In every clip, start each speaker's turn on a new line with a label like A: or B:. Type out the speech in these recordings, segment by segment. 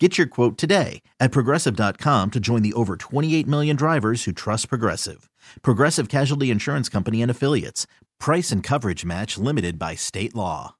A: Get your quote today at progressive.com to join the over 28 million drivers who trust Progressive. Progressive Casualty Insurance Company and Affiliates. Price and coverage match limited by state law.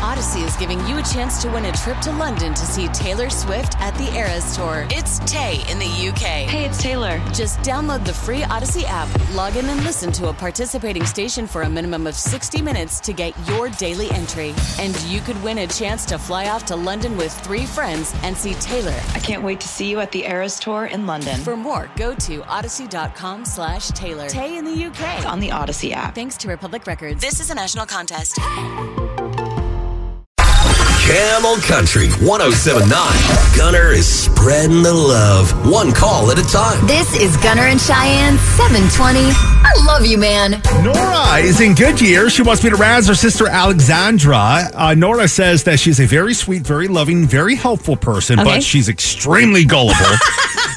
B: Odyssey is giving you a chance to win a trip to London to see Taylor Swift at the Eras Tour. It's Tay in the UK.
C: Hey, it's Taylor.
B: Just download the free Odyssey app, log in and listen to a participating station for a minimum of 60 minutes to get your daily entry. And you could win a chance to fly off to London with three friends and see Taylor.
C: I can't wait to see you at the Eras Tour in London.
B: For more, go to odyssey.com slash Taylor. Tay in the UK.
C: It's on the Odyssey app.
B: Thanks to Republic Records. This is a national contest.
D: Camel Country 1079. Gunner is spreading the love, one call at a time.
E: This is Gunner and Cheyenne 720. I love you, man.
F: Nora is in Goodyear. She wants me to razz her sister Alexandra. Uh, Nora says that she's a very sweet, very loving, very helpful person,
G: Okay.
F: but she's extremely gullible.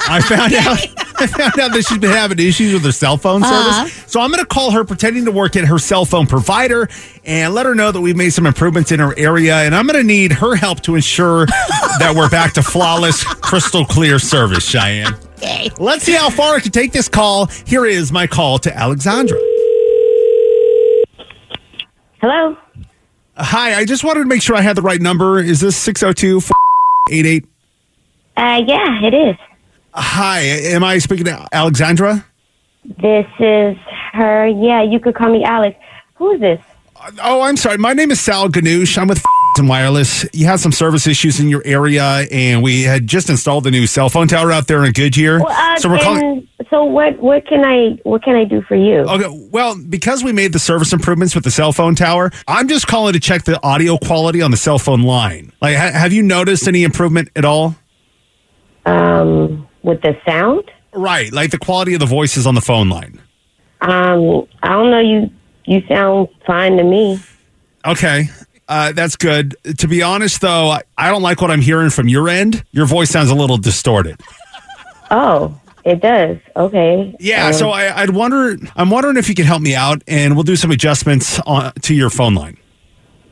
F: I found out. I found out that she's been having issues with her cell phone service. So I'm going to call her pretending to work at her cell phone provider and let her know that we've made some improvements in her area. And I'm going to need her help to ensure that we're back to flawless, crystal clear service, Cheyenne. Let's see how far I can take this call. Here is my call to Alexandra.
H: Hello.
F: Hi, I just wanted to make sure I had the right number. Is this 602 488?
H: Uh, yeah, it is.
F: Hi, am I speaking to Alexandra?
H: This is her. Yeah, you could call me Alex. Who is this?
F: Oh, I'm sorry. My name is Sal Ganoush. I'm with and Wireless. You had some service issues in your area, and we had just installed the new cell phone tower out there in Goodyear.
H: Well, uh,
F: so we're
H: can-
F: calling.
H: So what? What can I? What can I do for you?
F: Okay, well, because we made the service improvements with the cell phone tower, I'm just calling to check the audio quality on the cell phone line. Like, ha- have you noticed any improvement at all?
H: Um, with the sound.
F: Right, like the quality of the voices on the phone line.
H: Um, I don't know. You you sound fine to me.
F: Okay. Uh, that's good. To be honest, though, I, I don't like what I'm hearing from your end. Your voice sounds a little distorted.
H: Oh, it does. Okay.
F: Yeah,
H: Um,
F: so I, I'd wonder. I'm wondering if you can help me out, and we'll do some adjustments on, to your phone line.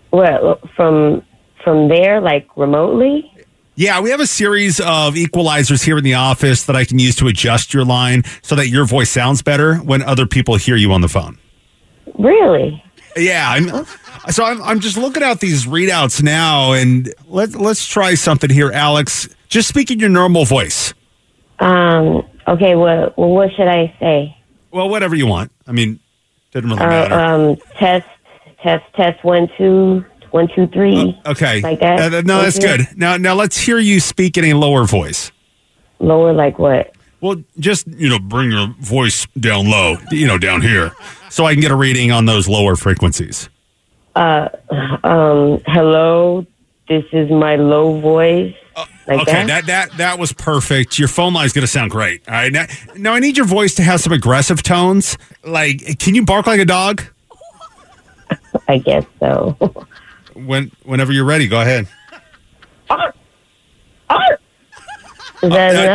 H: what from from there, like remotely?
F: Yeah, we have a series of equalizers here in the office that I can use to adjust your line so that your voice sounds better when other people hear you on the phone.
H: Really?
F: Yeah, I'm, so I'm, I'm just looking out these readouts now, and let, let's try something here, Alex. Just speak in your normal voice.
H: Um. Okay. Well, well what should I say?
F: Well, whatever you want. I mean, didn't really
H: All right.
F: matter.
H: Um. Test. Test. Test. One two. One two three.
F: okay.
H: like that.
F: Uh, th- no, that's
H: Okay.
F: good. Now, now let's hear you speak in a lower voice.
H: Lower like what?
F: Well, just you know, bring your voice down low. You know, down here, so I can get a reading on those lower frequencies.
H: Um, hello, this is my low voice. like
F: Uh, okay,
H: that?
F: that? that that was perfect. Your phone line's gonna sound great. All right, now, now I need your voice to have some aggressive tones. Like, can you bark like a dog?
H: I guess so.
F: When whenever you're ready, go ahead.
H: is that
F: Uh,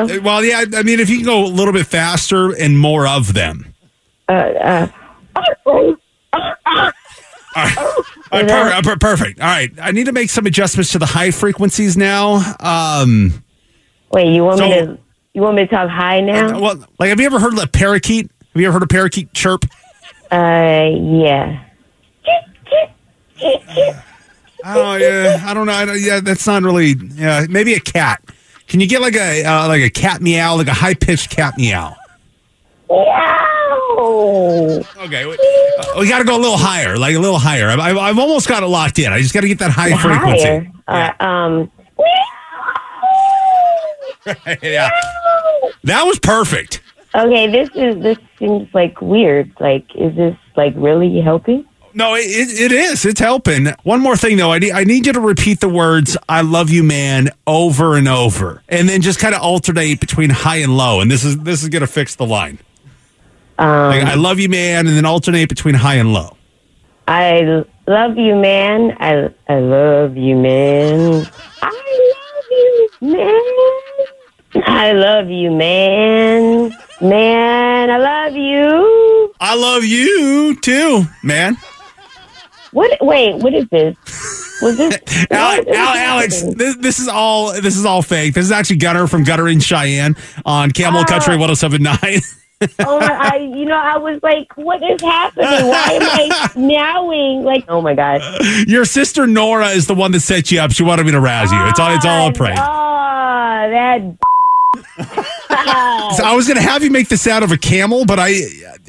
H: enough?
F: well, yeah, I mean, if you can go a little bit faster and more of them. All right, per- uh, per- perfect. All right, I need to make some adjustments to the high frequencies now. Um,
H: Wait, you want me
F: so- Uh,
H: to? You want me to talk high now?
F: well, like, have you ever heard of a parakeet? Have you ever heard a parakeet chirp?
H: Uh, yeah.
F: Oh yeah, I don't know. I don't, yeah, that's not really. Yeah, maybe a cat. Can you get like a uh, like a cat meow, like a high pitched cat meow?
H: Wow.
F: Okay, we, uh, we got to go a little higher, like a little higher. I've, I've, I've almost got it locked in. I just got to get that high frequency.
H: Higher. Uh, um.
F: yeah, that was perfect.
H: Okay, this is this seems like weird. Like, is this like really helping?
F: No, it, it, it is. It's helping. One more thing, though. I need, I need you to repeat the words "I love you, man" over and over, and then just kind of alternate between high and low. And this is this is gonna fix the line. Like, I love you, man, and then alternate between high and low.
H: I l- love you, man. I, I love you, man. I love you, man. I love you, man. Man, I love you.
F: I love you too, man.
H: What? Wait, what is this? Was this?
F: Al-
H: what is
F: Al- Alex,
H: happening?
F: this, this is all this is all fake. This is actually Gunner from Gunner in Cheyenne on Camel
H: Ah.
F: Country 1079.
H: Oh my! I, you know, I was like, "What is happening? Why am I meowing?" Like, oh my gosh!
F: Your sister Nora is the one that set you up. She wanted me to rouse you. It's all it's all a prank.
H: Oh. Ah, that. Oh,
F: So I was gonna have you make the sound of a camel, but I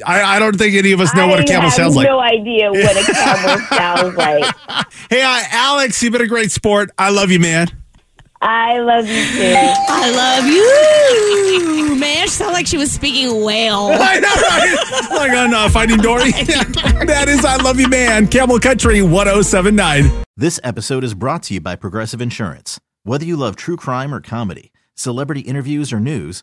F: I, I don't think any of us know what a
H: I
F: camel
H: have
F: sounds like.
H: No idea what a camel sounds like.
F: Hey, uh, Alex, you've been a great sport. I love you, man.
H: I love you too.
G: I love you. Man, she sounded like she was speaking whale.
F: I know, right? like on uh, Finding Dory. that is I Love You Man, Camel Country 1079.
A: This episode is brought to you by Progressive Insurance. Whether you love true crime or comedy, celebrity interviews or news,